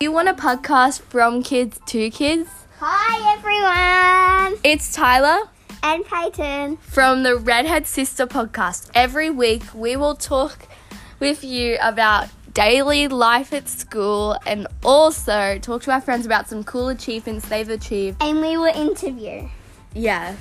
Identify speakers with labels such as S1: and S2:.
S1: Do you want a podcast from kids to kids?
S2: Hi everyone!
S1: It's Tyler
S2: And Peyton.
S1: from the Redhead Sister podcast. Every week we will talk with you about daily life at school and also talk to our friends about some cool achievements they've achieved.
S2: And we will interview.
S1: Yeah.